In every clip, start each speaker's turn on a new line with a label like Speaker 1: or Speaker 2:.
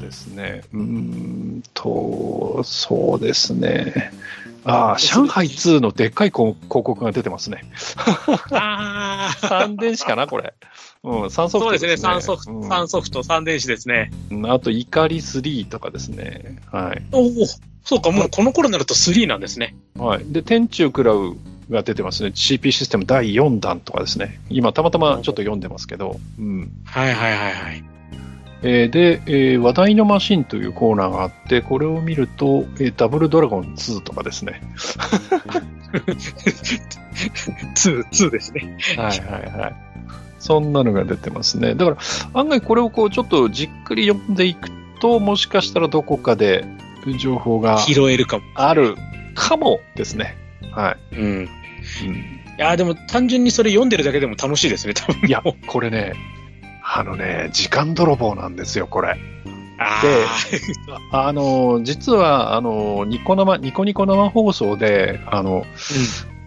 Speaker 1: ですね。うーんと、そうですね。ああ、上海2のでっかい広広告が出てますね。
Speaker 2: ああ、
Speaker 1: 3電子かな、これ。 うん、3ソフ
Speaker 2: そう
Speaker 1: ト
Speaker 2: ですね、
Speaker 1: ですね。
Speaker 2: 3ソフト、
Speaker 1: うん
Speaker 2: 三ソフト、3電子ですね。
Speaker 1: うんあと、怒り3とかですね。はい。
Speaker 2: おお、そうか、もうこの頃になると3なんですね。
Speaker 1: はい、で天中食らうが出てますね、CP システム第4弾とかですね、今、たまたまちょっと読んでますけど、うん
Speaker 2: はいはいはい はい。
Speaker 1: えーで、えー話題のマシンというコーナーがあって、これを見ると、えーダブルドラゴン2とかですね、
Speaker 2: 2、2ですね。
Speaker 1: はいはいはい、そんなのが出てますね、だから案外、これをこうちょっとじっくり読んでいくと、もしかしたらどこかで情報が
Speaker 2: 拾えるかも。
Speaker 1: あるかもですね。は
Speaker 2: うん。
Speaker 1: いうん
Speaker 2: いやーでも単純にそれ読んでるだけでも楽しいですね、多分。
Speaker 1: いや、これね、あのね、時間泥棒なんですよ、これ。
Speaker 2: あ
Speaker 1: あの、実は、あの、ニコ生、ニコニコ生放送で、あの、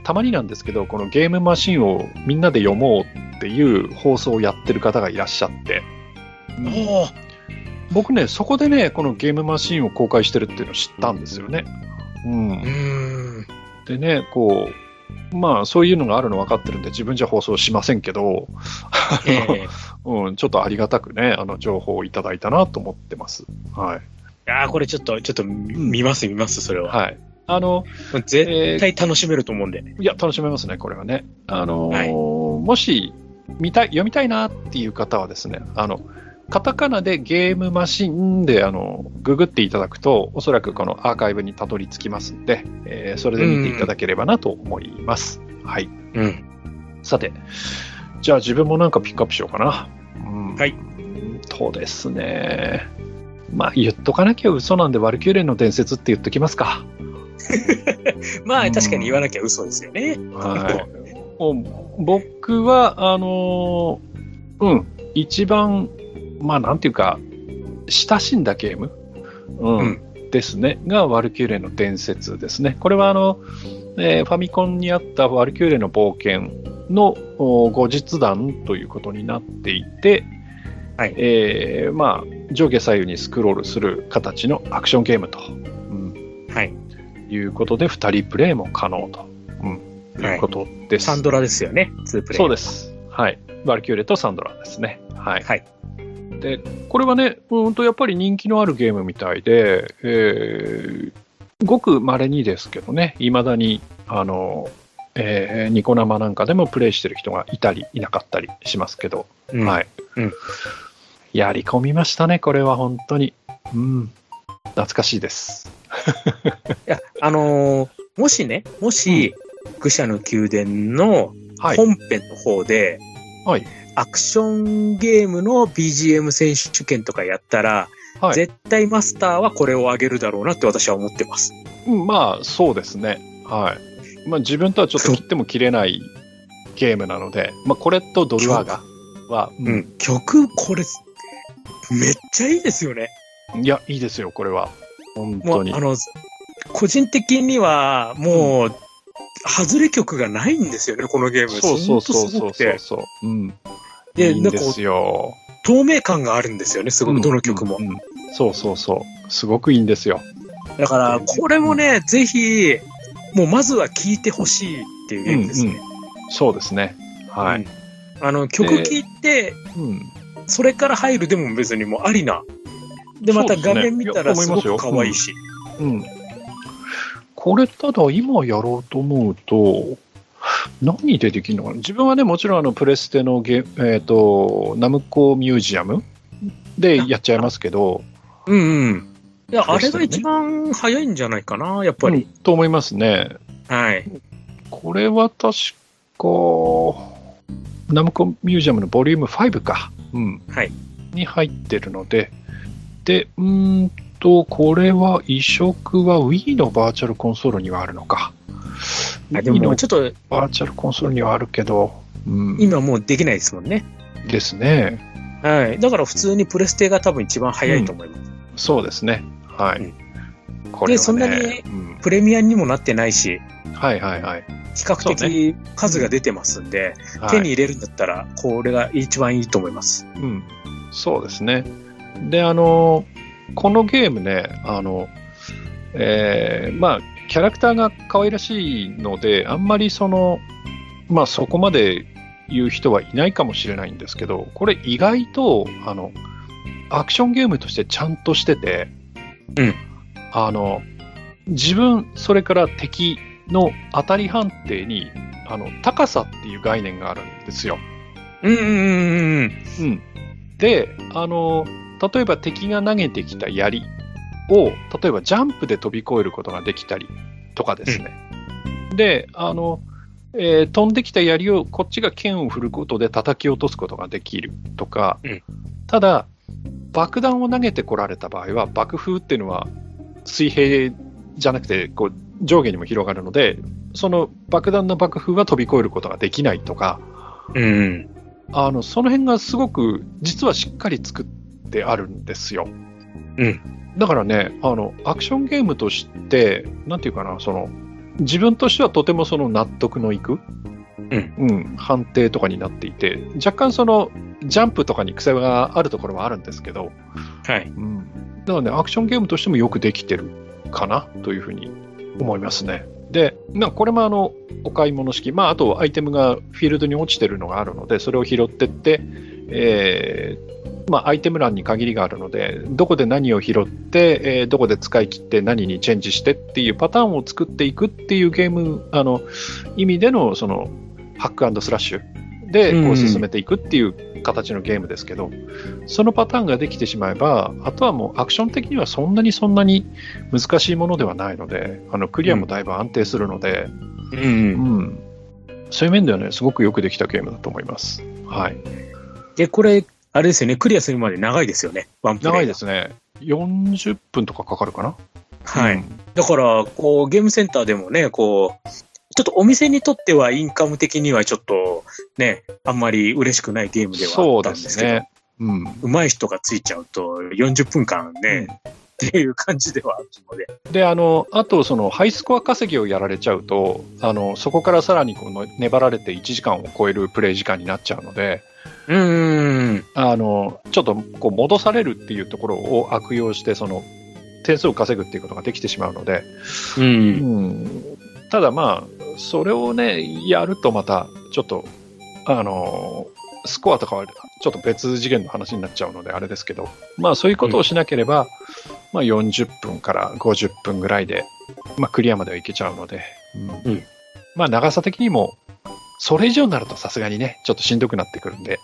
Speaker 1: たまになんですけど、このゲームマシンをみんなで読もうっていう放送をやってる方がいらっしゃって、
Speaker 2: あ、も
Speaker 1: 僕ね、そこでね、このゲームマシンを公開してるっていうのを知ったんですよね。うん
Speaker 2: う、う。ーん。
Speaker 1: でね、こう、まあ、そういうのがあるの分かってるんで、自分じゃ放送しませんけど、
Speaker 2: え え
Speaker 1: うん、ちょっとありがたくね、あの、情報をいただいたなと思ってます。はい。
Speaker 2: ああ、これちょっと、ちょっと見
Speaker 1: うん
Speaker 2: 見ます、見ます、それは。
Speaker 1: はい。あの、
Speaker 2: 絶
Speaker 1: えー
Speaker 2: 対楽しめると思うんで。
Speaker 1: いや、楽しめますね、これはね。あのーもし、見たい、読みたいなっていう方はですね、あの、カタカナでゲームマシンで、あの、ググっていただくと、おそらくこのアーカイブにたどり着きますんで、えーそれで見ていただければなと思います。はい。
Speaker 2: うん。
Speaker 1: さて、じゃあ自分もなんかピックアップしようかな。うん
Speaker 2: はい。
Speaker 1: とですね。まあ、言っとかなきゃ嘘なんで、ワルキューレンの伝説って言っときますか。う
Speaker 2: まあ、
Speaker 1: ん
Speaker 2: 確かに言わなきゃ嘘ですよね。
Speaker 1: はい。もう僕は、あのーうん、一番、まあ、なんていうか、親しんだゲーム、うん
Speaker 2: う
Speaker 1: ですね、が、ワルキューレの伝説ですね。これは、あの、えーファミコンにあったワルキューレの冒険のお後日談ということになっていて、
Speaker 2: はい
Speaker 1: えーまあ、上下左右にスクロールする形のアクションゲームと。うん
Speaker 2: はい。
Speaker 1: いうことで、2人プレイも可能と、うん
Speaker 2: はい
Speaker 1: いうことです。
Speaker 2: サンドラですよね、2プレイ。。
Speaker 1: そうですす。はい。バルキューレとサンドラですね。はい。
Speaker 2: はい
Speaker 1: で、これはね、うーんとやっぱり人気のあるゲームみたいで、えーごく稀にですけどね、いまだに、あの、えーニコ生なんかでもプレイしてる人がいたり、いなかったりしますけど、はい。
Speaker 2: うん
Speaker 1: やり込みましたね、これは本当に。うん。懐かしいです。
Speaker 2: いや、あのーもしね、もし、愚者の宮殿の
Speaker 1: はい。
Speaker 2: 本編の方で、
Speaker 1: はい。
Speaker 2: アクションゲームの BGM 選手権とかやったら、
Speaker 1: はい
Speaker 2: 絶対マスターはこれをあげるだろうなって私は思ってます。
Speaker 1: うんまあそうですね、はいまあ、自分とはちょっと切っても切れないゲームなので、まあ、これとドルワーガは、
Speaker 2: う、ん。曲、これ、めっちゃいいですよね。
Speaker 1: いやいいですよこれは本
Speaker 2: も
Speaker 1: 当
Speaker 2: う、
Speaker 1: に
Speaker 2: あの、個人的には、もう、外れ曲がないんですよね、このゲーム。
Speaker 1: そうそうそうそ
Speaker 2: ほん
Speaker 1: う
Speaker 2: とすご
Speaker 1: そう
Speaker 2: くて
Speaker 1: そう、うん、い
Speaker 2: で、
Speaker 1: いん
Speaker 2: なん
Speaker 1: で
Speaker 2: かこう
Speaker 1: すよ
Speaker 2: 透明感があるんですよね、すご
Speaker 1: う
Speaker 2: く、
Speaker 1: ん
Speaker 2: どの曲も
Speaker 1: う。んそうそうそうすごくいいんですよ
Speaker 2: だから、これもね、ぜひ、もうまずは聴いてほしいっていうゲームですね。
Speaker 1: そうですねは
Speaker 2: う
Speaker 1: い
Speaker 2: ん、あの、曲聴いて、
Speaker 1: うん
Speaker 2: それから入るでも別にもうありな。で、また
Speaker 1: そうですね
Speaker 2: 画面見たら
Speaker 1: いや
Speaker 2: す
Speaker 1: 思いま
Speaker 2: ご
Speaker 1: すよ
Speaker 2: く可愛いし。
Speaker 1: うん、これただ今やろうと思うと何でできるのかな自分はねもちろんあのプレステのゲ、えー、とナムコミュージアムでやっちゃいますけど、
Speaker 2: うんうん。いや、
Speaker 1: そ
Speaker 2: あ
Speaker 1: うで
Speaker 2: れ
Speaker 1: すよ
Speaker 2: が
Speaker 1: ね
Speaker 2: 一番早いんじゃないかな、やっぱ
Speaker 1: う
Speaker 2: り。
Speaker 1: んと思いますね
Speaker 2: はい。
Speaker 1: これは確かナムコミュージアムのボリューム5か、うん
Speaker 2: はい
Speaker 1: に入ってるのででうーんとこれは移植は Wii のバーチャルコンソールにはあるのか
Speaker 2: あ
Speaker 1: Wii
Speaker 2: でも、
Speaker 1: の
Speaker 2: ちょっと
Speaker 1: バーチャルコンソールにはあるけど、うん、
Speaker 2: 今もうできないですもんね。
Speaker 1: ですね。
Speaker 2: はい。だから普通にプレステが多分一番早いと思います。
Speaker 1: そうですね。はい。
Speaker 2: うん
Speaker 1: こ
Speaker 2: でそんなに
Speaker 1: うん
Speaker 2: プレミアにもなってないし、
Speaker 1: はいはいはい。
Speaker 2: 比較
Speaker 1: そう
Speaker 2: 的数が出てますんで、
Speaker 1: はい
Speaker 2: 手に入れるんだったら、これが一番いいと思います。
Speaker 1: うん、そうですね。で、あの、このゲームね、あの、えーまあ、キャラクターが可愛らしいので、あんまりその、まあ、そこまで言う人はいないかもしれないんですけど、これ意外と、あの、アクションゲームとしてちゃんとしてて、
Speaker 2: うん
Speaker 1: あの、自分、それから敵の当たり判定に、あの、高さっていう概念があるんですよ。
Speaker 2: うんうんうんうん。
Speaker 1: うん、であの例えば敵が投げてきた槍を例えばジャンプで飛び越えることができたりとかですね、であの、えー飛んできた槍をこっちが剣を振ることで叩き落とすことができるとか、
Speaker 2: うん
Speaker 1: ただ爆弾を投げてこられた場合は爆風っていうのは水平じゃなくてこう上下にも広がるのでその爆弾の爆風は飛び越えることができないとか、
Speaker 2: うん
Speaker 1: あのその辺がすごく実はしっかり作ってあるんですよ。
Speaker 2: うん
Speaker 1: だからねあのアクションゲームとしてなんていうかなその自分としてはとてもその納得のいく、
Speaker 2: うん
Speaker 1: うん判定とかになっていて若干そのジャンプとかに癖があるところはあるんですけど、
Speaker 2: はい。
Speaker 1: うん、だからねアクションゲームとしてもよくできてるかなというふうに思いますね。で、まあ、これもあのお買い物式、まあ、あとアイテムがフィールドに落ちてるのがあるので、それを拾ってって、えーまあ、アイテム欄に限りがあるので、どこで何を拾って、えーどこで使い切って何にチェンジしてっていうパターンを作っていくっていうゲーム、あの意味でのそのハックスラッシュでこ
Speaker 2: う
Speaker 1: うん進めていくっていう形のゲームですけど、そのパターンができてしまえば、あとはもうアクション的にはそんなにそんなに難しいものではないので、あのクリアもだいぶ安定するので、
Speaker 2: う。
Speaker 1: うんんそういう面ではね、すごくよくできたゲームだと思います。はい、
Speaker 2: で、これ、あれですよね、クリアするまで長いですよね、ワンプレイ。
Speaker 1: 長いで。すね、40分とかかかるかな。
Speaker 2: はい。
Speaker 1: うん
Speaker 2: だから、こう、ゲームセンターでもね、こう、ちょっとお店にとってはインカム的にはちょっとね、あんまり嬉しくないゲームではあ
Speaker 1: そう
Speaker 2: ったん
Speaker 1: で
Speaker 2: です
Speaker 1: す
Speaker 2: けど、
Speaker 1: ね。うん
Speaker 2: 上手い人がついちゃうと40分間ね、っていう感じではあるので。
Speaker 1: であのあとそのハイスコア稼ぎをやられちゃうとあのそこからさらにこの粘られて1時間を超えるプレイ時間になっちゃうので
Speaker 2: うーん。
Speaker 1: あのちょっとこう戻されるっていうところを悪用してその点数を稼ぐっていうことができてしまうので、
Speaker 2: う。
Speaker 1: うんん、ただまあそれをねやるとまたちょっとあのスコアとかはちょっと別次元の話になっちゃうのであれですけど、まあ、そういうことをしなければ、まあ、40分から50分ぐらいで、まあ、クリアまではいけちゃうので、うん
Speaker 2: うん
Speaker 1: まあ、長さ的にもそれ以上になるとさすがにねちょっとしんどくなってくるんで、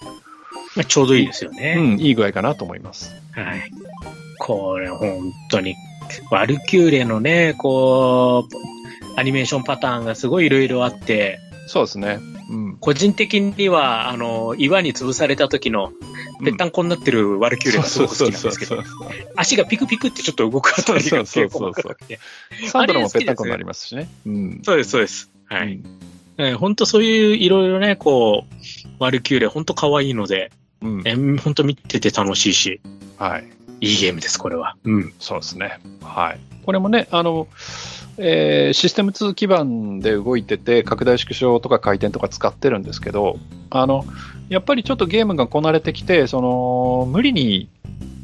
Speaker 2: まあちょうどいいですよね。
Speaker 1: うん、いい具合かなと思います。
Speaker 2: はい。これ本当に、ワルキューレのね、こう、アニメーションパターンがすごいいろいろあって、
Speaker 1: そうですね、うん、
Speaker 2: 個人的には、あの、岩に潰された時の、ぺったんこになってるワルキューレがすごく好きなんですけ
Speaker 1: そ
Speaker 2: ど
Speaker 1: う、そうそうそう
Speaker 2: 足がピクピクってちょっと動くあたりが結構細かくて。
Speaker 1: サンドラもぺったんこになりますしね。うん
Speaker 2: そうです、そうです。は
Speaker 1: う
Speaker 2: い。
Speaker 1: ん
Speaker 2: えー本当そういういろいろね、こう、ワルキューレ本当可愛いので、
Speaker 1: うん
Speaker 2: えー本当見てて楽しいし、
Speaker 1: はい、
Speaker 2: いいゲームです、これは。うん。
Speaker 1: そうですね、はい、これもねあの、えーシステム2基盤で動いてて拡大縮小とか回転とか使ってるんですけどあのやっぱりちょっとゲームがこなれてきてその無理に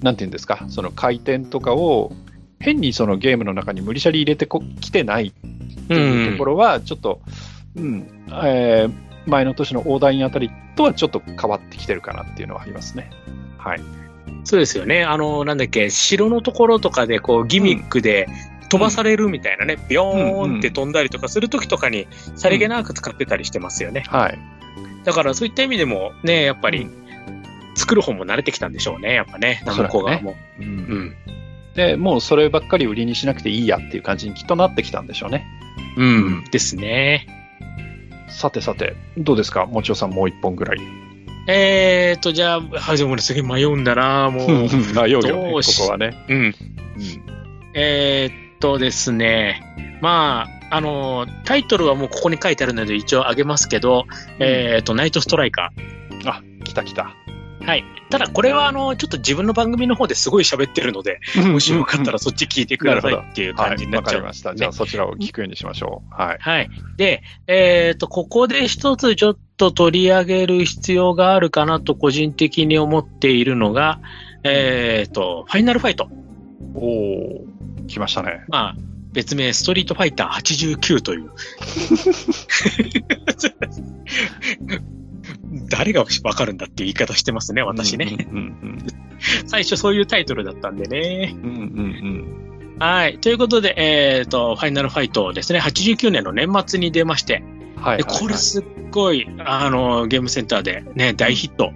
Speaker 1: なんていうんですかその回転とかを変にそのゲームの中に無理しゃり入れてこきてないっていうところはちょっと、うんえー前の年の大台にあたりとはちょっと変わってきてるかなっていうのはありますね。はい、
Speaker 2: そうですよね。あの、なんだっけ、城のところとかで、こう、ギミックで飛ばされるみたいなね、ビヨーンって飛んだりとかするときとかに、さりげなく使ってたりしてますよね。
Speaker 1: はい
Speaker 2: だから、そういった意味でも、ね、やっぱり、作る方も慣れてきたんでしょうね、やっぱね、ナムコ側も。
Speaker 1: うん
Speaker 2: うん。
Speaker 1: でもうそればっかり売りにしなくていいやっていう感じにきっとなってきたんでしょうね
Speaker 2: うん。ですね。
Speaker 1: さてさてどうですかもちおさんもう一本ぐらい
Speaker 2: えーと、じゃあ、はじめ俺すげえ迷うんだなもう。
Speaker 1: 迷うよね
Speaker 2: ど
Speaker 1: こ
Speaker 2: うし
Speaker 1: こはね、
Speaker 2: うん。
Speaker 1: うん
Speaker 2: えーっとですね、まあ、あの、タイトルはもうここに書いてあるので一応あげますけど、えーっと、ナイトストライカ
Speaker 1: あ来た来 た
Speaker 2: ー。はい。ただこれはあの、ちょっと自分の番組の方ですごい喋ってるので、もしよかったらそっち聞いてくださいっていう
Speaker 1: は
Speaker 2: 感じ
Speaker 1: い
Speaker 2: にな
Speaker 1: わ
Speaker 2: っ
Speaker 1: か
Speaker 2: ちゃ
Speaker 1: り
Speaker 2: う。
Speaker 1: ましたじゃあそちらを聞くようにしましょうはい
Speaker 2: はい。で、えーっと、ここで一つちょっと取り上げる必要があるかなと個人的に思っているのが、えーっと、ファイナルファイト。
Speaker 1: おお来ましたね。
Speaker 2: まあ、別名、ストリートファイター89という。 誰がわかるんだっていう言い方してますね、私ね。
Speaker 1: うん
Speaker 2: 最初そういうタイトルだったんでね。
Speaker 1: うんうん。うんうん
Speaker 2: はい。ということで、えっ、と、ファイナルファイトですね、89年の年末に出まして、
Speaker 1: うん。はいはいはい。
Speaker 2: でこれすっごい、あの、ゲームセンターでね、大ヒット、ね、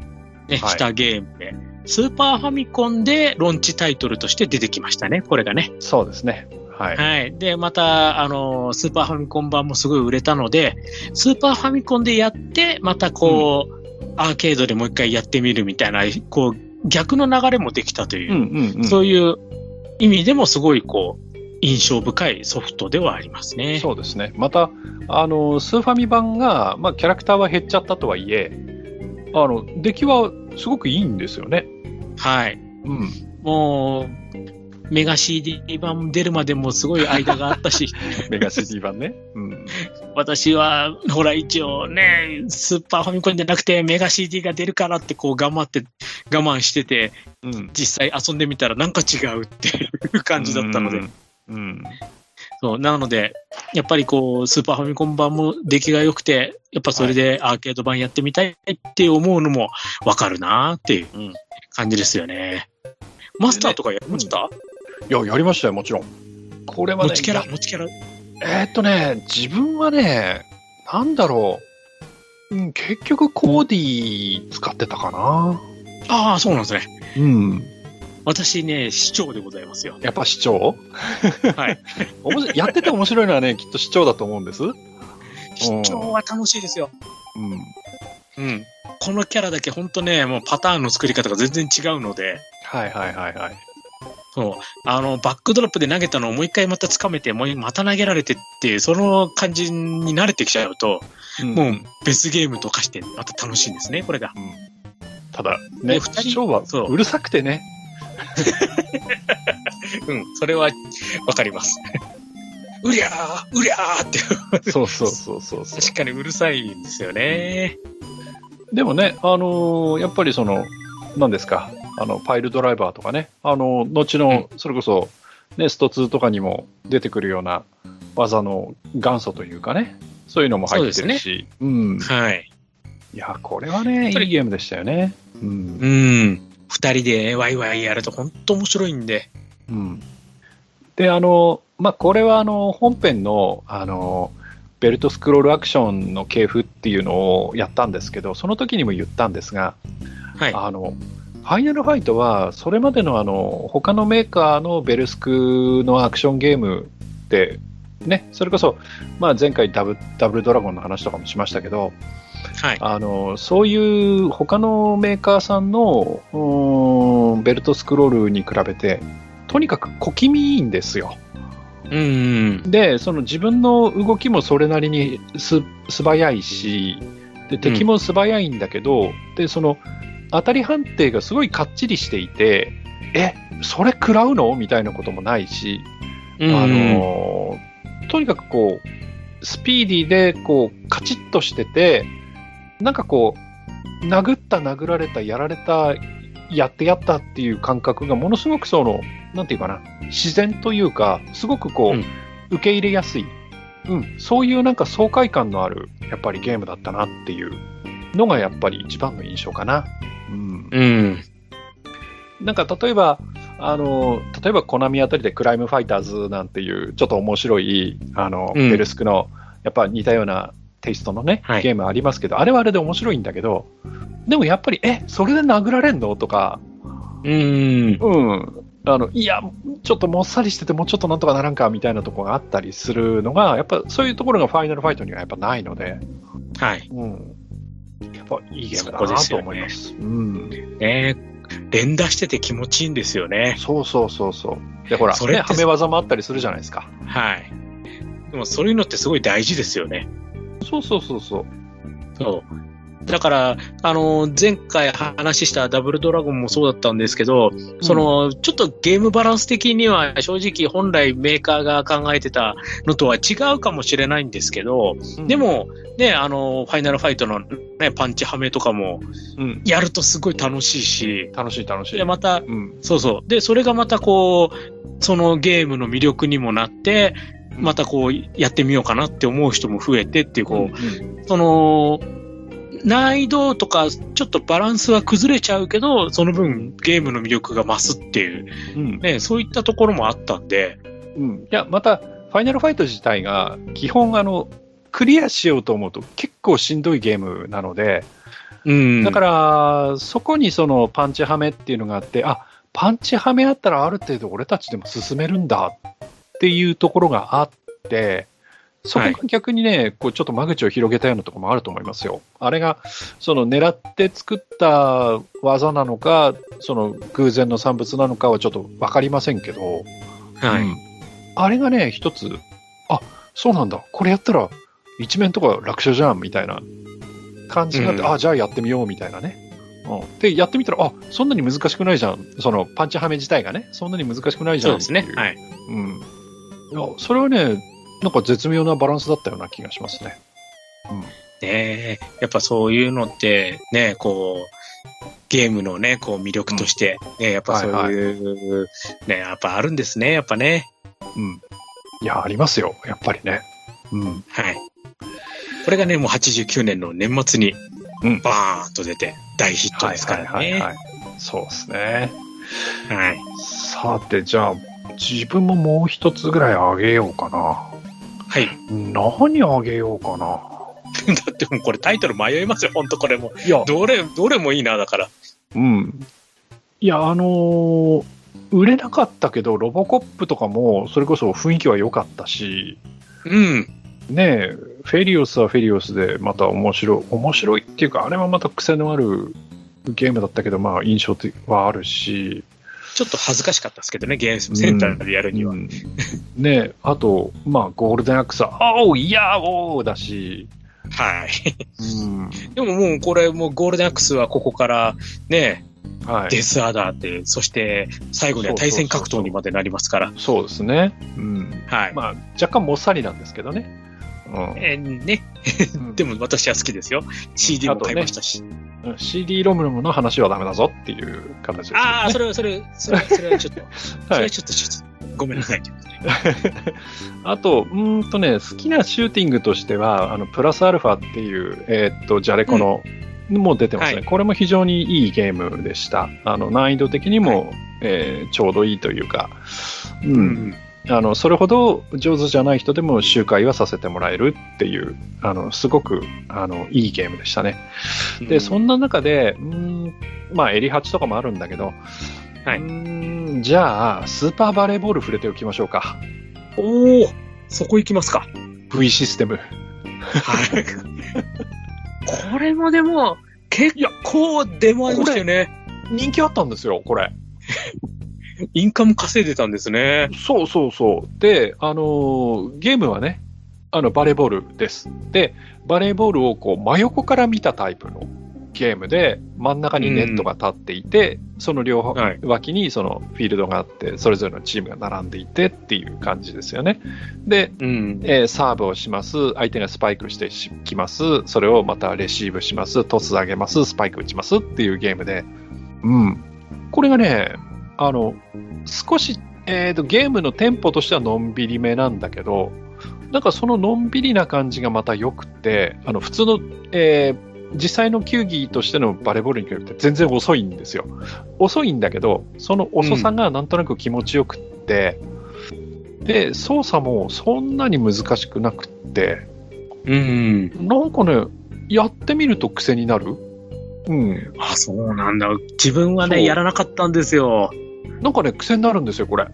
Speaker 1: はい
Speaker 2: したゲームで、スーパーファミコンでロンチタイトルとして出てきましたね、これがね。
Speaker 1: そうですね。はい。
Speaker 2: はい。で、また、あの、スーパーファミコン版もすごい売れたので、スーパーファミコンでやって、またこう、アーケードでもう一回やってみるみたいな、こう、逆の流れもできたというう、
Speaker 1: んうんうん。
Speaker 2: そういう意味でもすごい、こう、印象深いソフトではありますね。
Speaker 1: そうですね。また、あの、スーファミ版が、まあ、キャラクターは減っちゃったとはいえ、あの、出来はすごくいいんですよね。
Speaker 2: はい。
Speaker 1: うん。
Speaker 2: もう、メガ CD 版出るまでもすごい間があっ たし、
Speaker 1: メガ CD 版ね。うん。
Speaker 2: 私は、ほら、一応ね、スーパーファミコンじゃなくて、メガ CD が出るからって、こう、頑張って、我慢してて、
Speaker 1: うん。
Speaker 2: 実際遊んでみたらなんか違うっていう感じだったので、
Speaker 1: うん。うん。
Speaker 2: そう、なので、やっぱりこう、スーパーファミコン版も出来が良くて、やっぱそれでアーケード版やってみたいって思うのもわかるなっていううん感じですよね。マスターとかやりました、
Speaker 1: いや、やりましたよ、もちろん。これはね、
Speaker 2: 持ちキャラ、
Speaker 1: い
Speaker 2: 持ちキャラ。
Speaker 1: やえーっとね、自分はね、なんだろう。うん、結局、コーディ使ってたかな。
Speaker 2: ああ、そうなんですね。
Speaker 1: うん。
Speaker 2: 私ね、市長でございますよ。
Speaker 1: やっぱ市長
Speaker 2: はい。
Speaker 1: おもしやってて面白いのはね、きっと市長だと思うんです。うん。
Speaker 2: 市長は楽しいですよ。うん。このキャラだけ本当ね、もうパターンの作り方が全然違うので、
Speaker 1: はいはいはいはい。
Speaker 2: そう。あの、バックドロップで投げたのをもう一回また掴めて、もうまた投げられてっていう、その感じに慣れてきちゃうと、
Speaker 1: うん
Speaker 2: もう別ゲームとかして、また楽しいんですね、これが。
Speaker 1: ただ、
Speaker 2: で
Speaker 1: ね、
Speaker 2: 二人
Speaker 1: 市長は
Speaker 2: そう
Speaker 1: うるさくてね。
Speaker 2: うん。それは、わかります。うりゃーうりゃーっ て、
Speaker 1: そうそうそうそうそ
Speaker 2: 確かにうるさいんですよね。
Speaker 1: う。でもね、あのーやっぱりその、何ですか、あの、パイルドライバーとかね、あのー後の、それこそ、ね、スト2とかにも出てくるような技の元祖というかね、そういうのも入ってるし、うん。
Speaker 2: はい。
Speaker 1: いや、これはね、
Speaker 2: や
Speaker 1: い
Speaker 2: っぱり
Speaker 1: いゲームでしたよね。うん。
Speaker 2: うん。二人でワイワイやると本当面白いんで。
Speaker 1: うん、であの、まあ、これはあの本編のあのベルトスクロールアクションの系譜っていうのをやったんですけどその時にも言ったんですが、
Speaker 2: はい。
Speaker 1: あのファイナルファイトはそれまでのあの他のメーカーのベルスクのアクションゲームって、ね、それこそ、まあ、前回ダブダブルドラゴンの話とかもしましたけど、
Speaker 2: はい。
Speaker 1: あのそういう他のメーカーさんのうーんベルトスクロールに比べてとにかく小気味いいんですよ
Speaker 2: うん。
Speaker 1: でその自分の動きもそれなりにす素早いしで敵も素早いんだけど、でその当たり判定がすごいかっちりしていてえそれ食らうのみたいなこともないし
Speaker 2: うん
Speaker 1: あ、のーとにかくこう、スピーディーで、こう、カチッとしてて、なんかこう、殴った、殴られた、やられた、やってやったっていう感覚が、ものすごくその、なんていうかな、自然というか、すごくこう、
Speaker 2: うん
Speaker 1: 受け入れやすい、うん、そういうなんか爽快感のある、やっぱりゲームだったなっていうのが、やっぱり一番の印象かな。うん
Speaker 2: うん。
Speaker 1: なんか例えば、あの例えばコナミあたりでクライムファイターズなんていうちょっと面白いあの、
Speaker 2: うん
Speaker 1: ベルスクのやっぱ似たようなテイストのね、
Speaker 2: はい
Speaker 1: ゲームありますけどあれはあれで面白いんだけどでもやっぱりえそれで殴られんのとか
Speaker 2: うん。
Speaker 1: うんあのいやちょっともっさりしててもうちょっとなんとかならんかみたいなところがあったりするのがやっぱそういうところがファイナルファイトにはやっぱないので、
Speaker 2: はい。
Speaker 1: うん、やっぱいいゲーム
Speaker 2: そこ
Speaker 1: だ
Speaker 2: で
Speaker 1: な
Speaker 2: す
Speaker 1: と
Speaker 2: よね
Speaker 1: 思います。うん、
Speaker 2: ね連打してて気持ちいいんですよね。
Speaker 1: そうそうそうそうでほら、
Speaker 2: それって
Speaker 1: ね、はめ技もあったりするじゃないですか。
Speaker 2: はい。でもそういうのってすごい大事ですよね。
Speaker 1: そうそうそうそう。
Speaker 2: そう。だから、あの、前回話したダブルドラゴンもそうだったんですけど、その、ちょっとゲームバランス的には正直本来メーカーが考えてたのとは違うかもしれないんですけど、で、も、ね、あの、ファイナルファイトのね、パンチハメとかも、
Speaker 1: うん、
Speaker 2: やるとすごい楽しいし、
Speaker 1: 楽しい楽しい。
Speaker 2: で、ま
Speaker 1: う
Speaker 2: た、
Speaker 1: ん、
Speaker 2: そうそう。で、それがまたこう、そのゲームの魅力にもなって、またこう、やってみようかなって思う人も増えてっていう、こう、
Speaker 1: うん
Speaker 2: その、難易度とか、ちょっとバランスは崩れちゃうけど、その分ゲームの魅力が増すっていう、
Speaker 1: うん
Speaker 2: ね、そういったところもあったんで、
Speaker 1: うん、いや、また、ファイナルファイト自体が、基本、あの、クリアしようと思うと結構しんどいゲームなので、
Speaker 2: うん。
Speaker 1: だから、そこにそのパンチハメっていうのがあって、あパンチハメあったらある程度俺たちでも進めるんだっていうところがあって、そこが逆にね、こうちょっと間口を広げたようなところもあると思いますよ。あれが、その狙って作った技なのか、その偶然の産物なのかはちょっとわかりませんけど、
Speaker 2: ら、はい。
Speaker 1: うんあれがね、一つ、あそうなんだ、これやったら一面とか楽勝じゃんみたいな感じになって、
Speaker 2: うん
Speaker 1: あじゃあやってみようみたいなね。うん、で、やってみたら、あそんなに難しくないじゃん、そのパンチハメ自体がね、そんなに難しくないじ
Speaker 2: そ
Speaker 1: ゃ
Speaker 2: うんですね
Speaker 1: ってい。う
Speaker 2: はい。
Speaker 1: うんいや。それはね、なんか絶妙なバランスだったような気がしますね。
Speaker 2: ねえやっぱそういうのって、ね、こう、ゲームのね、こう魅力として、ね、やっぱそういう、ね、やっぱあるんですね、やっぱね。
Speaker 1: うん、いや、ありますよ、やっぱりね。うん、
Speaker 2: はい。これがね、もう89年の年末に
Speaker 1: うん、
Speaker 2: バーンと出て、大ヒットですから
Speaker 1: はいはいは
Speaker 2: ね。
Speaker 1: い、はい。そうですね。
Speaker 2: はい。
Speaker 1: さて、じゃあ、自分ももう一つぐらいあげようかな。
Speaker 2: はい。
Speaker 1: 何あげようかな。
Speaker 2: だってもうこれタイトル迷いますよ、本当これも。
Speaker 1: いや、
Speaker 2: どれ、どれもいいな、だから。
Speaker 1: うん。いや、あのー売れなかったけど、ロボコップとかも、それこそ雰囲気は良かったし、
Speaker 2: うん。
Speaker 1: ねえ、フェリオスはフェリオスで、また面白い、面白いっていうか、あれはまた癖のあるゲームだったけど、まあ、印象的はあるし、
Speaker 2: ちょっと恥ずかしかったですけどね、ゲームセンターでやるには。
Speaker 1: うんねえ、あと、まあ、ゴールデンアクサ、おう、いやーおーだし、
Speaker 2: はい。
Speaker 1: うん、
Speaker 2: でももうこれ、もうゴールデンアックスはここから、ね、
Speaker 1: はい。
Speaker 2: デスアダーって、そして最後には対戦格闘にまでなりますから。
Speaker 1: そうですね。うん。
Speaker 2: はい。
Speaker 1: まあ、若干もっさりなんですけどね。
Speaker 2: えーね、
Speaker 1: うん。
Speaker 2: でも私は好きですよ。CD も買いましたし。
Speaker 1: うん、CD ロムロムの話はダメだぞっていう形です、ね。
Speaker 2: ああ、それは、それ、それ、それはちょっ と、それ
Speaker 1: は。
Speaker 2: はいちょっと、ちょっと、ごめんなさい。
Speaker 1: あと、うーんとね、好きなシューティングとしては、あの、プラスアルファっていう、えーっと、じゃれこの、も出てますね、
Speaker 2: はい
Speaker 1: これも非常にいいゲームでした。あの、難易度的にも、えーちょうどいいというか、
Speaker 2: う
Speaker 1: うん、あのそれほど上手じゃない人でも周回はさせてもらえるっていうあのすごくあのいいゲームでしたね。でそんな中でうーんまあエリハチとかもあるんだけど、
Speaker 2: はいう
Speaker 1: ーんじゃあスーパーバレーボール触れておきましょうか
Speaker 2: おおそこ行きますか。
Speaker 1: V システム
Speaker 2: はい。これもでも、結構出回りましたよね。
Speaker 1: 人気あったんですよこれ
Speaker 2: インカム稼いでたんですね。
Speaker 1: そうそうそうであのーゲームはねあのバレーボールですでバレーボールをこう真横から見たタイプのゲームで真ん中にネットが立っていて、その両方
Speaker 2: はい。
Speaker 1: 脇にそのフィールドがあって、それぞれのチームが並んでいてっていう感じですよね。で、
Speaker 2: うん。
Speaker 1: えーサーブをします、相手がスパイクしてきます、それをまたレシーブします、トス上げます、スパイク打ちますっていうゲームで、うん。これがね、あの、少し、えーと、ゲームのテンポとしてはのんびりめなんだけど、なんかそののんびりな感じがまた良くて、あの、普通の、えー実際の球技としてのバレーボールに比べて全然遅いんですよ。遅いんだけど、その遅さがなんとなく気持ちよくって、で、操作もそんなに難しくなくって、
Speaker 2: うん。
Speaker 1: なんかね、やってみると癖になる。うん。
Speaker 2: あ、そうなんだ。自分は
Speaker 1: そ
Speaker 2: ね、
Speaker 1: う
Speaker 2: やらなかったんですよ。
Speaker 1: なんかね、癖になるんですよ、これ。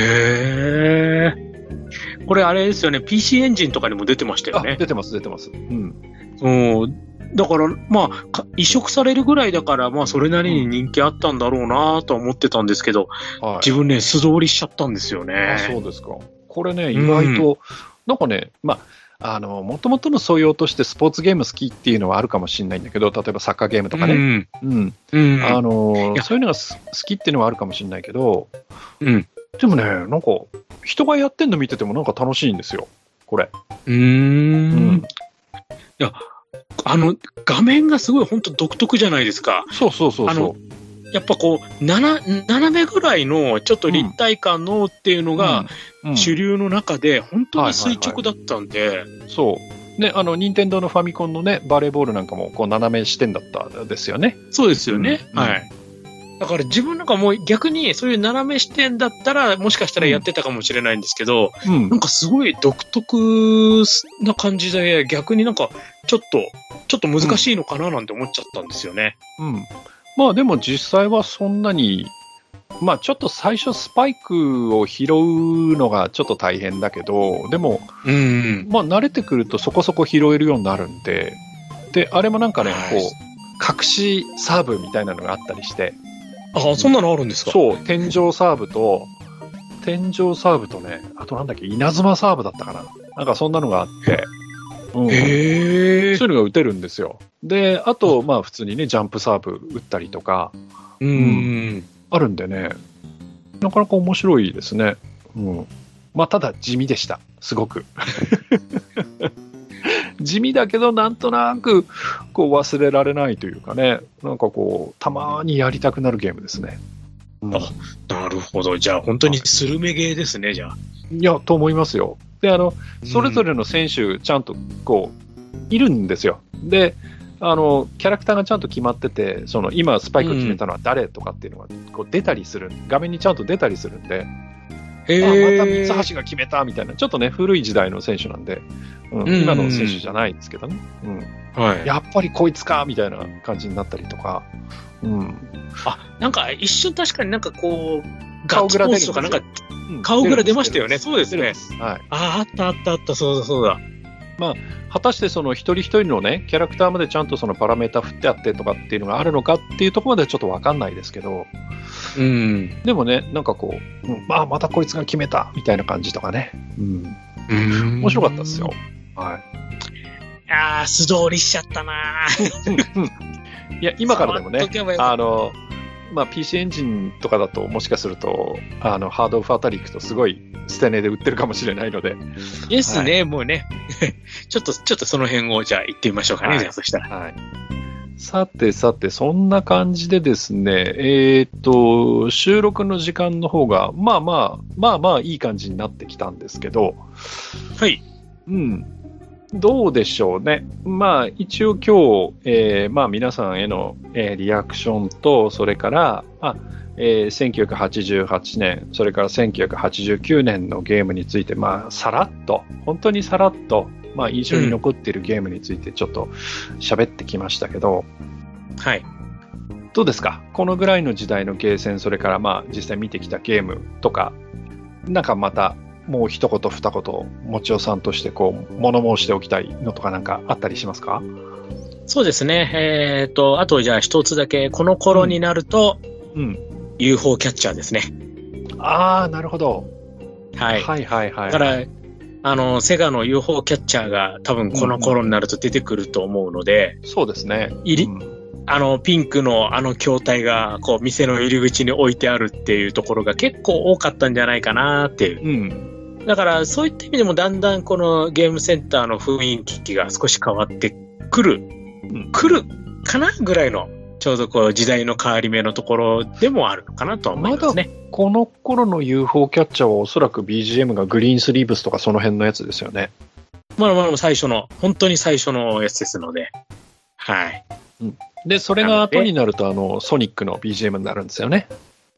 Speaker 2: へえ。これあれですよね。PC エンジンとかにも出てましたよ
Speaker 1: あ、
Speaker 2: ね。
Speaker 1: 出てます、出てます。うん。
Speaker 2: うん。だから、まあか、移植されるぐらいだから、まあ、それなりに人気あったんだろうなとは思ってたんですけど、
Speaker 1: はい。
Speaker 2: 自分ね、素通りしちゃったんですよ
Speaker 1: あ
Speaker 2: ね。
Speaker 1: そうですか。これね、
Speaker 2: うん
Speaker 1: 意外と、なんかね、まあ、あの、もともとの素養としてスポーツゲーム好きっていうのはあるかもしれないんだけど、例えばサッカーゲームとか
Speaker 2: う
Speaker 1: ね。
Speaker 2: ん。
Speaker 1: うん。
Speaker 2: うん。
Speaker 1: あの
Speaker 2: い、や
Speaker 1: そういうのがす好きっていうのはあるかもしれないけど、
Speaker 2: うん。
Speaker 1: でもね、なんか、人がやってんの見ててもなんか楽しいんですよ。これ。
Speaker 2: う
Speaker 1: う
Speaker 2: ーん。。あの、画面がすごい本当独特じゃないですか。
Speaker 1: そうそうそう
Speaker 2: あ
Speaker 1: そ
Speaker 2: のやっぱこう、な斜めぐらいのちょっと立体感のっていうの
Speaker 1: う。
Speaker 2: が
Speaker 1: うん、うん
Speaker 2: 主流の中で、本当
Speaker 1: はい
Speaker 2: に
Speaker 1: はいは
Speaker 2: 垂
Speaker 1: い
Speaker 2: 直だったんで、
Speaker 1: そう。ね、あの、任天堂のファミコンのね、バレーボールなんかも、こう、斜め視点だったですよね。
Speaker 2: そうですよね。
Speaker 1: うん
Speaker 2: はい。だから自分なんかもう逆にそういう斜め視点だったらもしかしたらやってたかもしれないんですけど、
Speaker 1: うん
Speaker 2: なん。かすごい独特な感じで逆になんかちょっと、ちょっと難しいのかななんて思っちゃったんですよね。
Speaker 1: うん。まあでも実際はそんなに、まあちょっと最初スパイクを拾うのがちょっと大変だけど、でも、
Speaker 2: うん。うん
Speaker 1: まあ慣れてくるとそこそこ拾えるようになるんで、で、あれもなんかね、
Speaker 2: はい
Speaker 1: こう、隠しサーブみたいなのがあったりして、
Speaker 2: あそんなのあるんですか
Speaker 1: そう、天井サーブと、天井サーブとね、あとなんだっけ、稲妻サーブだったかな。なんかそんなのがあって、うん。
Speaker 2: へえ
Speaker 1: そういうのが打てるんですよ。で、あと、まあ普通にね、ジャンプサーブ打ったりとか、
Speaker 2: うん。
Speaker 1: あるんでね、なかなか面白いですね。うん。まあ、ただ地味でした。すごく。 地味だけど、なんとなく、こう、忘れられないというかね、なんかこう、たまにやりたくなるゲームですね。うん
Speaker 2: あなるほど。じゃあ本当にスルメゲーですね、じゃあ。
Speaker 1: いや、と思いますよ。で、あの、それぞれの選手、ちゃんとこう、いるんですよ。で、あの、キャラクターがちゃんと決まってて、その、今スパイクを決めたのは誰とかっていうのが、こう、出たりする、画面にちゃんと出たりするんで、
Speaker 2: へ
Speaker 1: あまた
Speaker 2: え
Speaker 1: 三橋が決めたみたいな、ちょっとね、古い時代の選手なんで、うん
Speaker 2: うん
Speaker 1: 今の選手じゃないですけどね、うん、
Speaker 2: はい。
Speaker 1: やっぱりこいつかみたいな感じになったりとか、うん、
Speaker 2: あ、なんか一瞬確かになんかこう、ガ
Speaker 1: 顔
Speaker 2: ッツ
Speaker 1: ぐら
Speaker 2: ポ
Speaker 1: 出るんで
Speaker 2: ー
Speaker 1: すよ
Speaker 2: ズとかなんか顔ぐら出ましたよね。そうです
Speaker 1: 出るん
Speaker 2: ね
Speaker 1: で。す。はい、
Speaker 2: ああ、あったあったあった、そうだそうだ。
Speaker 1: 果たしてその一人一人のね、キャラクターまでちゃんとそのパラメータ振ってあってとかっていうのがあるのかっていうところまではちょっとわかんないですけど、
Speaker 2: うん。
Speaker 1: でもね、なんかこう、うん、まあ、またこいつが決めたみたいな感じとかね、うん、面
Speaker 2: 面
Speaker 1: 白かったですよ。。はい
Speaker 2: ああ、素通りしちゃったなー。
Speaker 1: いや、今からでもね
Speaker 2: 触っと、けばよかっ
Speaker 1: あの、まあ、PC エンジンとかだと、もしかすると、あの、ハードオフあたり行くと、すごい捨て値で売ってるかもしれないので、
Speaker 2: たですね、もうね。 ちょっと、ちょっとその辺を、じゃあ行ってみましょうかね、
Speaker 1: はい
Speaker 2: じゃあそしたら。
Speaker 1: はい。さてさて、そんな感じでですね、えーっと、収録の時間の方が、まあまあ、まあまあいい感じになってきたんですけど、
Speaker 2: はい。
Speaker 1: うん。どうでしょうね。まあ、一応今日、えーまあ皆さんへの、えーリアクションと、それから、まあ、えー1988年、それから1989年のゲームについて、まあ、さらっと、本当にさらっと、まあ、印象に残っているゲームについてちょっと喋ってきましたけど、
Speaker 2: はい。
Speaker 1: どうですかこのぐらいの時代のゲーセン、それからまあ実際見てきたゲームとか、なんかまたもう一言二言、もちおさんとしてこう物申しておきたいのとかなんかあったりしますか
Speaker 2: そうですね。えっと、あと、じゃあ一つだけ、この頃になると、
Speaker 1: うん。
Speaker 2: UFO キャッチャーですね。
Speaker 1: ああ、なるほど。
Speaker 2: はい。
Speaker 1: はいはいはい。
Speaker 2: だから、あの、セガの UFO キャッチャーが多分この頃になると出てくると思うので、
Speaker 1: そうですね。
Speaker 2: 入り
Speaker 1: うん
Speaker 2: あの、ピンクのあの筐体が、こう、店の入り口に置いてあるっていうところが結構多かったんじゃないかなっていう。
Speaker 1: うん。
Speaker 2: だから、そういった意味でもだんだんこのゲームセンターの雰囲気が少し変わってくる、
Speaker 1: ん
Speaker 2: くるかなぐらいの、ちょうどこう、時代の変わり目のところでもあるのかなとは思いますね。
Speaker 1: この頃の UFO キャッチャーはおそらく BGM がグリーンスリーブスとかその辺のやつですよね。
Speaker 2: まだまだ最初の、本当に最初のやつですので。はい。
Speaker 1: で、それが後になるとあの、ソニックの BGM になるんですよね。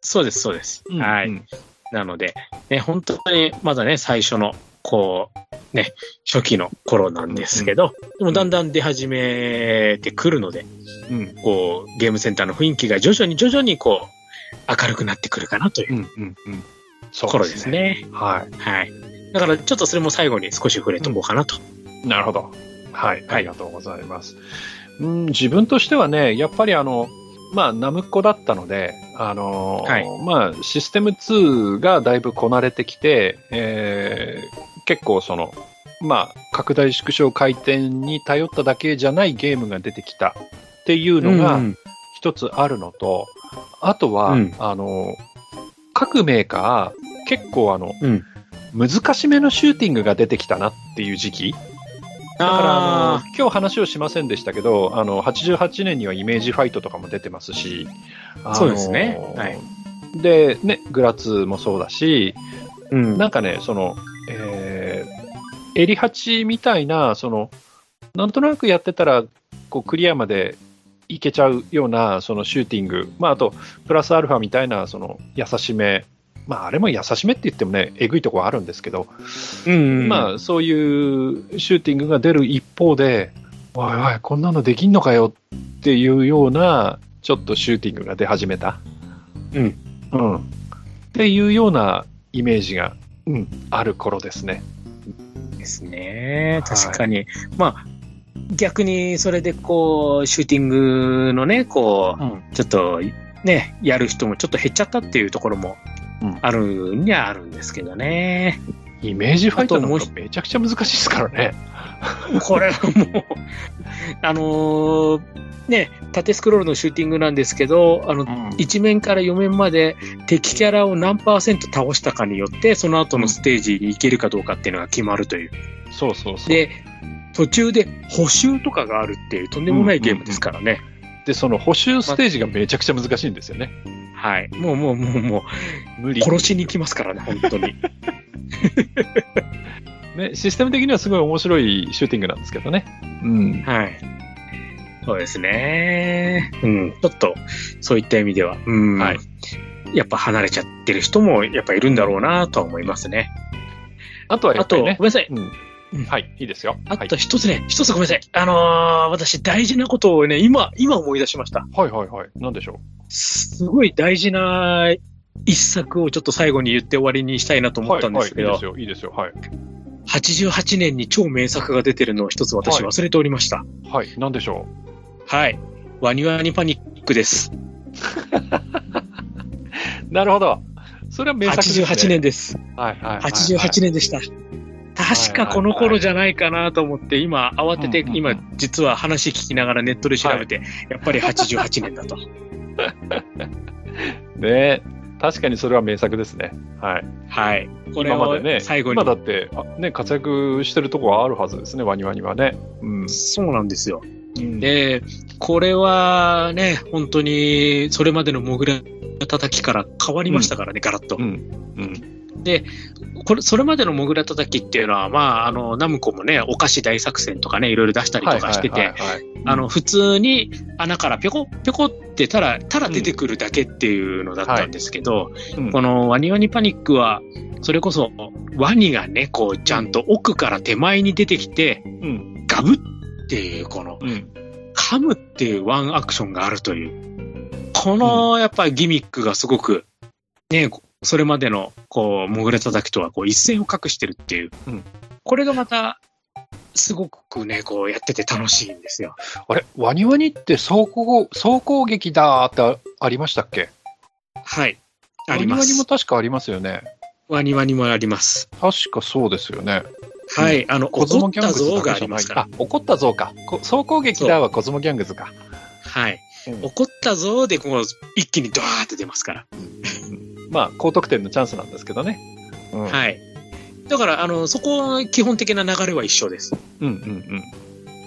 Speaker 2: そうです、そうです。は
Speaker 1: う
Speaker 2: い。
Speaker 1: ん。
Speaker 2: なので、ね、本当にまだね、最初の、こう、ね、初期の頃なんですけど、でもだんだん出始めてくるので、
Speaker 1: うん。。
Speaker 2: こう、ゲームセンターの雰囲気が徐々に徐々にこう、明るくなってくるかなといううん
Speaker 1: うん。うん。そ
Speaker 2: 頃です。ね。
Speaker 1: はい。
Speaker 2: はい。だからちょっとそれも最後に少し触れとこうかなと。
Speaker 1: なるほど。はい、ありがとうございます。うん、自分としてはね、やっぱりあの、まあ、ナムコだったので、あのー
Speaker 2: はい
Speaker 1: まあ、システム2がだいぶこなれてきて、えー結構その、まあ、拡大縮小回転に頼っただけじゃないゲームが出てきたっていうのが
Speaker 2: うん
Speaker 1: 一つあるのと、あとは、
Speaker 2: うん
Speaker 1: あの、各メーカー、結構あの、
Speaker 2: うん
Speaker 1: 難しめのシューティングが出てきたなっていう時期。だからあ
Speaker 2: あ
Speaker 1: の、今日話をしませんでしたけど、あの、88年にはイメージファイトとかも出てますし、あの
Speaker 2: そうですねはい
Speaker 1: で、ね、グラツーもそうだし、
Speaker 2: ーうん
Speaker 1: なんかね、その、えー、エリハチみたいな、その、なんとなくやってたら、こう、クリアまでいけちゃうような、そのシューティング、まあ、あと、プラスアルファみたいな、その、優しめ、まあ、あれも優しめって言ってもね、えぐいとこはあるんですけど、
Speaker 2: うん
Speaker 1: まあ、そういうシューティングが出る一方で、おいおい、こんなのできんのかよっていうような、ちょっとシューティングが出始めた。
Speaker 2: うん。
Speaker 1: うん。っていうようなイメージが、うん、ある頃ですね。
Speaker 2: ですね。
Speaker 1: はい
Speaker 2: 確かに。まあ、逆にそれでこう、シューティングのね、こう、
Speaker 1: ん。
Speaker 2: ちょっと、ね、やる人もちょっと減っちゃったっていうところも
Speaker 1: うん
Speaker 2: あるにはあるんですけどね。
Speaker 1: イメージファイトなん
Speaker 2: あと
Speaker 1: か
Speaker 2: も
Speaker 1: めちゃくちゃ難しいですからね。
Speaker 2: これはもう、 あのーね、縦スクロールのシューティングなんですけど、あの、1面から4面まで敵キャラを何パーセント倒したかによって、その後のステージに行けるかどうかっていうのが決まるという。
Speaker 1: そうそうそう。で、
Speaker 2: で、途中で補修とかがあるっていうとんでもないゲームですからね。
Speaker 1: その補修ステージがめちゃくちゃ難しいんですよね。
Speaker 2: はい。もうもうもうも
Speaker 1: 無
Speaker 2: う、
Speaker 1: 理。
Speaker 2: 殺しに来ますからね、本当に。
Speaker 1: ね、システム的にはすごい面白いシューティングなんですけどね。うん。
Speaker 2: はい。そうですね。うん。ちょっと、そういった意味では、うん。
Speaker 1: はい
Speaker 2: やっぱ離れちゃってる人もやっぱいるんだろうなとは思いますね。
Speaker 1: あとはや
Speaker 2: あ
Speaker 1: っぱ
Speaker 2: と、
Speaker 1: り
Speaker 2: ご
Speaker 1: ね
Speaker 2: めん。なさい。
Speaker 1: うん。はい、いいですよ。
Speaker 2: あ
Speaker 1: はい
Speaker 2: と一つね、一つごめんなさい。あのー私大事なことをね、今、今思い出しました。
Speaker 1: はいはいはい。なんでしょ
Speaker 2: すごい大事な一作をちょっと最後に言って終わりにしたいなと
Speaker 1: う。
Speaker 2: 思ったんですけど、
Speaker 1: はいはい、いいですよ。いいですよ。
Speaker 2: 88年に超名作が出てるのを一つ私忘れておりました。
Speaker 1: はい。はい。なんでしょ
Speaker 2: はい。ワニワニパニックです。
Speaker 1: う。なるほど。それは名作です、ね。
Speaker 2: 88。年です。
Speaker 1: はいはいはい、はい。
Speaker 2: 88年でした。確かこの頃じゃないかなと思って、今、慌てて
Speaker 1: うんう、ん
Speaker 2: 今、実は話聞きながらネットで調べて、やっぱり88年だ と。
Speaker 1: ね確かにそれは名作ですね。はい。
Speaker 2: はい。これ
Speaker 1: 今ま
Speaker 2: を
Speaker 1: でね、
Speaker 2: 最後に
Speaker 1: 今。だって、あね、活躍してるとこはあるはずですね、ワニワニはね。うん。
Speaker 2: そうなんですよ。
Speaker 1: ね
Speaker 2: で、これはね、本当に、それまでのモグラ叩きから変わりましたからね、ガラッと。
Speaker 1: うん。うん。
Speaker 2: これ、それまでのモグラ叩きっていうのは、まあ、あの、ナムコもね、お菓子大作戦とかね、いろいろ出したりとかしてて、
Speaker 1: はいはいはいはい
Speaker 2: あの、普通に穴からぴょこぴょこってたら、たら出てくるだけっていうのだったんですけど、
Speaker 1: うん
Speaker 2: このワニワニパニックは、それこそ、ワニがね、こう、ちゃんと奥から手前に出てきて、
Speaker 1: うん。
Speaker 2: ガブっていう、この、
Speaker 1: うん。
Speaker 2: 噛むっていうワンアクションがあるという。この、やっぱりギミックがすごく、ね、それまでの、こう、もぐれ叩きとは、こう、一線を画してるっていう。
Speaker 1: うん
Speaker 2: これがまた、すごくね、こう、やってて楽しいんですよ。
Speaker 1: あれ、ワニワニって走行、走行劇だーってあありましたっけ
Speaker 2: はい。ありま
Speaker 1: ワニワニも
Speaker 2: す。
Speaker 1: 確かありますよね。
Speaker 2: ワニワニもあります。
Speaker 1: 確かそうですよね。
Speaker 2: はい。あの、
Speaker 1: コズ
Speaker 2: 怒
Speaker 1: モ
Speaker 2: っ
Speaker 1: ギャン
Speaker 2: た
Speaker 1: グズ
Speaker 2: 像
Speaker 1: だ
Speaker 2: が
Speaker 1: け
Speaker 2: あ
Speaker 1: じゃ
Speaker 2: りま
Speaker 1: ない
Speaker 2: すから。
Speaker 1: あ、怒った像か。こ走行劇だーはコズモギャングズか。
Speaker 2: はい。
Speaker 1: うん
Speaker 2: 怒ったぞーで、こう、一気にドワーって出ますから。
Speaker 1: まあ、高得点のチャンスなんですけどね。うん、い。
Speaker 2: はい。だから、あの、そこ、基本的な流れは一緒です。
Speaker 1: うんうんうん。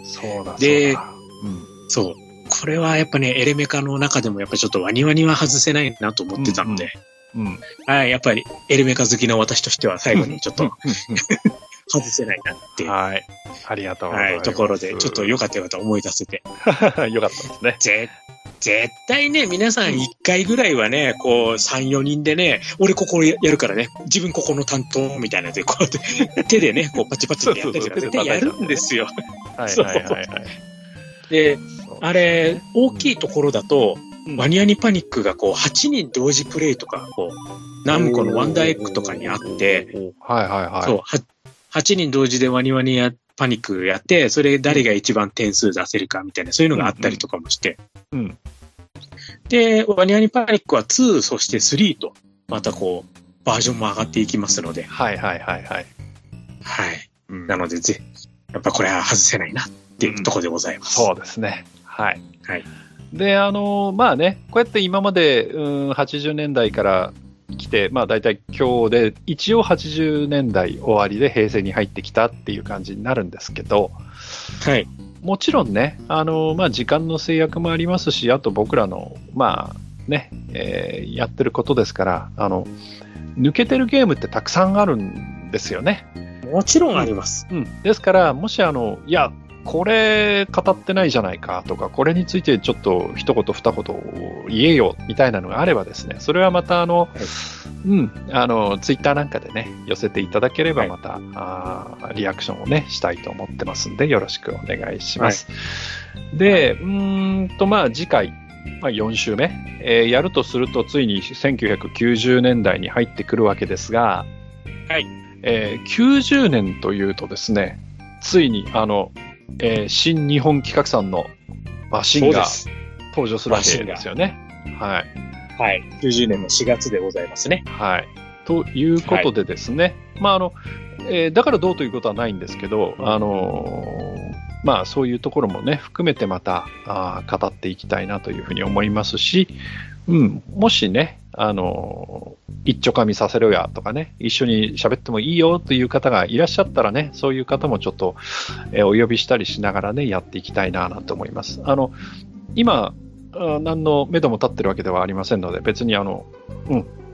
Speaker 1: そうだ、
Speaker 2: で
Speaker 1: そうだ。うん
Speaker 2: そう。これはやっぱね、エレメカの中でもやっぱちょっとワニワニは外せないなと思ってたので、
Speaker 1: うん。うん
Speaker 2: はい、やっぱりエレメカ好きの私としては最後にちょっと
Speaker 1: う
Speaker 2: 外せないなってい
Speaker 1: ん。
Speaker 2: う、
Speaker 1: はい。 ありがとうござ
Speaker 2: はいい、
Speaker 1: ます。
Speaker 2: ところで、ちょっと
Speaker 1: よ、
Speaker 2: よかったよかった思い出せて。
Speaker 1: よかったですね。
Speaker 2: ぜ絶対ね、皆さん一回ぐらいはね、こう、3、4人でね、俺ここやるからね、自分ここの担当みたいなやつで、こうやって手でね、こうパチパチってやったりとか
Speaker 1: そうそうそう
Speaker 2: 絶対やるんですよ。
Speaker 1: はい
Speaker 2: そう
Speaker 1: はいはいはい。
Speaker 2: で、
Speaker 1: そう
Speaker 2: あれ、大きいところだと、
Speaker 1: うん
Speaker 2: ワニアニパニックがこう8人同時プレイとか、こう、ナムコのワンダーエッグとかにあって、、
Speaker 1: はいはいはい。
Speaker 2: そう、は8人同時でワニワニやパニックやって、それ誰が一番点数出せるかみたいな、そういうのがあったりとかもして。
Speaker 1: うんうん
Speaker 2: で、ワニワニパニックは2、そして3と、またこう、バージョンも上がっていきますので、
Speaker 1: はいはいはいはい。
Speaker 2: はい。
Speaker 1: うん
Speaker 2: なので、ぜ、やっぱこれは外せないなっていうところでございます。
Speaker 1: そうですね。はい。
Speaker 2: はい
Speaker 1: で、あのまあね、こうやって今まで、うん、80年代から来て、まあ大体今日で、一応80年代終わりで平成に入ってきたっていう感じになるんですけど、
Speaker 2: はい。
Speaker 1: もちろんね、あのまあ時間の制約もありますし、あと僕らの、まあね、えーやってることですから、あの、抜けてるゲームってたくさんあるんですよね。
Speaker 2: もちろんあります。
Speaker 1: うん、ですから、もしあの、いや、これ語ってないじゃないかとか、これについてちょっと一言二言言えよみたいなのがあればですね、それはまたあの、うん、あの、ツイッターなんかでね、寄せていただければ
Speaker 2: はい
Speaker 1: また、あーリアクションをね、したいと思ってますんで、よろしくお願いします。で、うーんと、まあ次回、まあ、4週目、えーやるとすると、ついに1990年代に入ってくるわけですが、
Speaker 2: はい
Speaker 1: えー90年というとですね、ついにあの、えー新日本企画さんのマシ
Speaker 2: そ
Speaker 1: ン
Speaker 2: うで
Speaker 1: が
Speaker 2: す。
Speaker 1: 登場するわけですよね。はい
Speaker 2: はい。90年の4月でございますね。
Speaker 1: はい。ということでですね、まああのえーだからどうということはないんですけど、あのーまあ、そういうところもね、含めてまたあー語っていきたいなというふうに思いますし、うん、もしね、あのー一丁噛みさせろやとかね、一緒に喋ってもいいよという方がいらっしゃったらね、そういう方もちょっと、えーお呼びしたりしながらね、やっていきたいななんて思います。あの、今、あー何の目処も立ってるわけではありませんので、別にあの、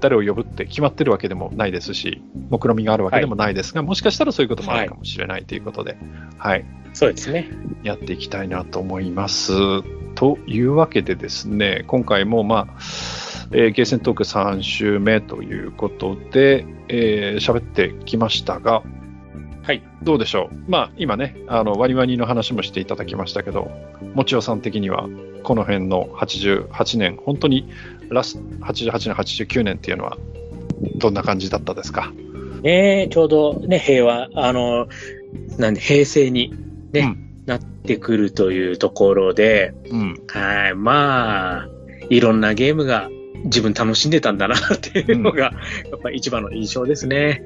Speaker 1: 誰を呼ぶって決まってるわけでもないですし、目論見があるわけでもないですが、もしかしたらそういうこともあるかもしれないということで、はい、
Speaker 2: そうですね。
Speaker 1: やっていきたいなと思います。というわけでですね、今回も、まあ、えーゲーセントーク3週目ということで、えー喋ってきましたが、
Speaker 2: はい。
Speaker 1: どうでしょう。まあ、今ね、あの、ワニワニの話もしていただきましたけど、もちおさん的には、この辺の88年、本当にラス、88年、89年っていうのは、どんな感じだったですか
Speaker 2: ねえちょうどね、平和、あの、なんで、平成にね、
Speaker 1: うん
Speaker 2: なってくるというところで、
Speaker 1: うん。
Speaker 2: はい、まあ、いろんなゲームが自分楽しんでたんだなっていうのが、やっぱ一番の印象ですね。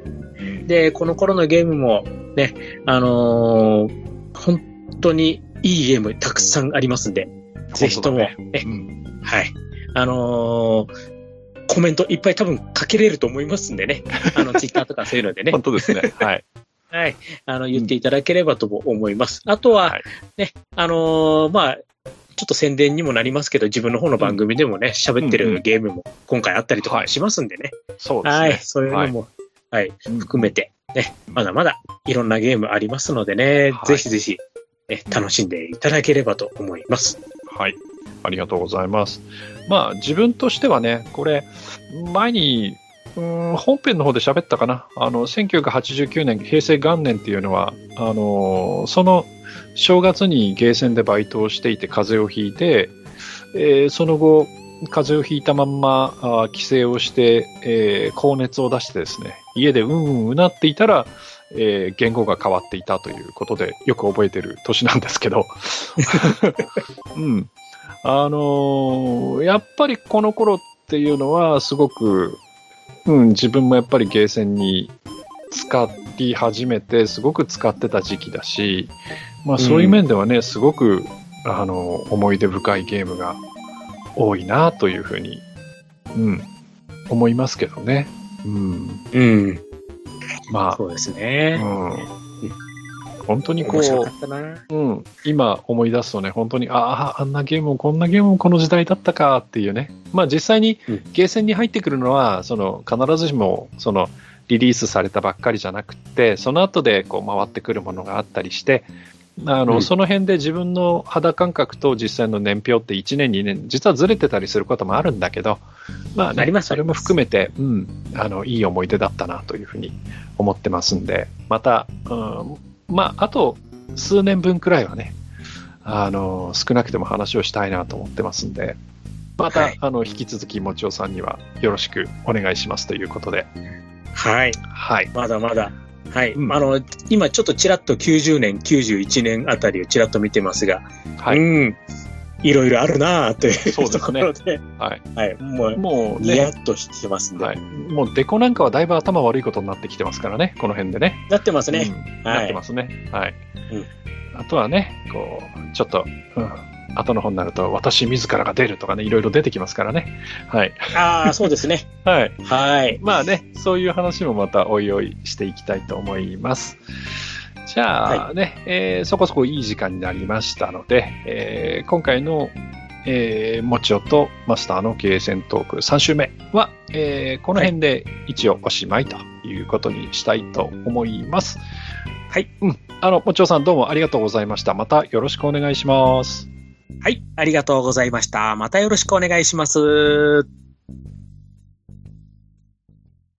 Speaker 2: で、この頃のゲームもね、あのー本当にいいゲームたくさんありますんで、ぜひとも、
Speaker 1: 本
Speaker 2: ね
Speaker 1: 当だね
Speaker 2: はい。あのーコメントいっぱい多分書けれると思いますんでね。あ の、ツイッターとかそういうので
Speaker 1: うん
Speaker 2: ね。
Speaker 1: 本当ですね。はい。
Speaker 2: はい。あの、言っていただければとも思います。あとは
Speaker 1: はい、
Speaker 2: ね、あのーまあ、ちょっと宣伝にもなりますけど、自分の方の番組でもね、喋って
Speaker 1: うんう
Speaker 2: る
Speaker 1: ん
Speaker 2: ゲームも今回あったりと
Speaker 1: は
Speaker 2: か
Speaker 1: い
Speaker 2: しますんでね。
Speaker 1: そうですね。
Speaker 2: はい。そういうのも、はい、含めて、ね、まだまだいろんなゲームありますのでね、
Speaker 1: はい
Speaker 2: ぜひぜひ、ね、楽しんでいただければと思います。
Speaker 1: はい。ありがとうございます。まあ、自分としてはね、これ、前に、うーん本編の方で喋ったかな。あの、1989年、平成元年っていうのは、あのーその、正月にゲーセンでバイトをしていて、風邪をひいて、えーその後、風邪をひいたまんま、あー帰省をして、えー高熱を出してですね、家でうんうんうなっていたら、えー言語が変わっていたということで、よく覚えてる年なんですけど、 うん。あのーやっぱりこの頃っていうのはすごく、うん、自分もやっぱりゲーセンに使い始めて、すごく使ってた時期だし、まあそういう面ではね、すごく、あの、思い出深いゲームが多いなというふうに、うん、思いますけどね。うん。
Speaker 2: うん。
Speaker 1: ま
Speaker 2: そうです
Speaker 1: あ、う
Speaker 2: ね。
Speaker 1: ん。本当にこ
Speaker 2: 面白
Speaker 1: う
Speaker 2: か、ったな。
Speaker 1: うん、今思い出すとね、本当に、ああ、あんなゲームもこんなゲームもこの時代だったかっていうね、まあ実際に
Speaker 2: うん
Speaker 1: ゲーセンに入ってくるのは、その必ずしもそのリリースされたばっかりじゃなくって、その後でこう回ってくるものがあったりして、あの
Speaker 2: うん
Speaker 1: その辺で自分の肌感覚と実際の年表って1年、2年、実はずれてたりすることもあるんだけど、まあ
Speaker 2: あり
Speaker 1: ね、
Speaker 2: ます
Speaker 1: それも含めて、うん、あのいい思い出だったなというふうに思ってますんで、また、うん、まあ、あと数年分くらいはね、あの少なくても話をしたいなと思ってますんで、また、
Speaker 2: はい
Speaker 1: あの引き続き、もちおさんにはよろしくお願いしますということで、
Speaker 2: はい。
Speaker 1: はい。
Speaker 2: まだまだ。はい。
Speaker 1: うん
Speaker 2: あの、今ちょっとちらっと90年、91年あたりをちらっと見てますが、
Speaker 1: はい
Speaker 2: うん。いろいろあるなという
Speaker 1: そうで
Speaker 2: と
Speaker 1: す
Speaker 2: こ
Speaker 1: ね
Speaker 2: ろで、
Speaker 1: はい。
Speaker 2: はい、もう、
Speaker 1: もう
Speaker 2: ニヤ
Speaker 1: ね、
Speaker 2: ッとしてますんで。
Speaker 1: はい。もうデコなんかはだいぶ頭悪いことになってきてますからね、この辺でね。
Speaker 2: なってますね。
Speaker 1: うん
Speaker 2: はい
Speaker 1: なってますね。はい。
Speaker 2: うん
Speaker 1: あとはね、こう、ちょっと、うん、後の方になると、私自らが出るとかね、いろいろ出てきますからね。はい。
Speaker 2: ああ、そうですね。
Speaker 1: はい。
Speaker 2: はい。
Speaker 1: まあね、そういう話もまたおいおいしていきたいと思います。じゃあね、えーそこそこいい時間になりましたので、えー今回の、えー、もちおとマスターの経営戦トーク3週目は、えーこの辺で一応おしまいということにしたいと思います。
Speaker 2: はい。
Speaker 1: うん。あの、もちおさんどうもありがとうございました。またよろしくお願いします。
Speaker 2: はい。ありがとうございました。またよろしくお願いします。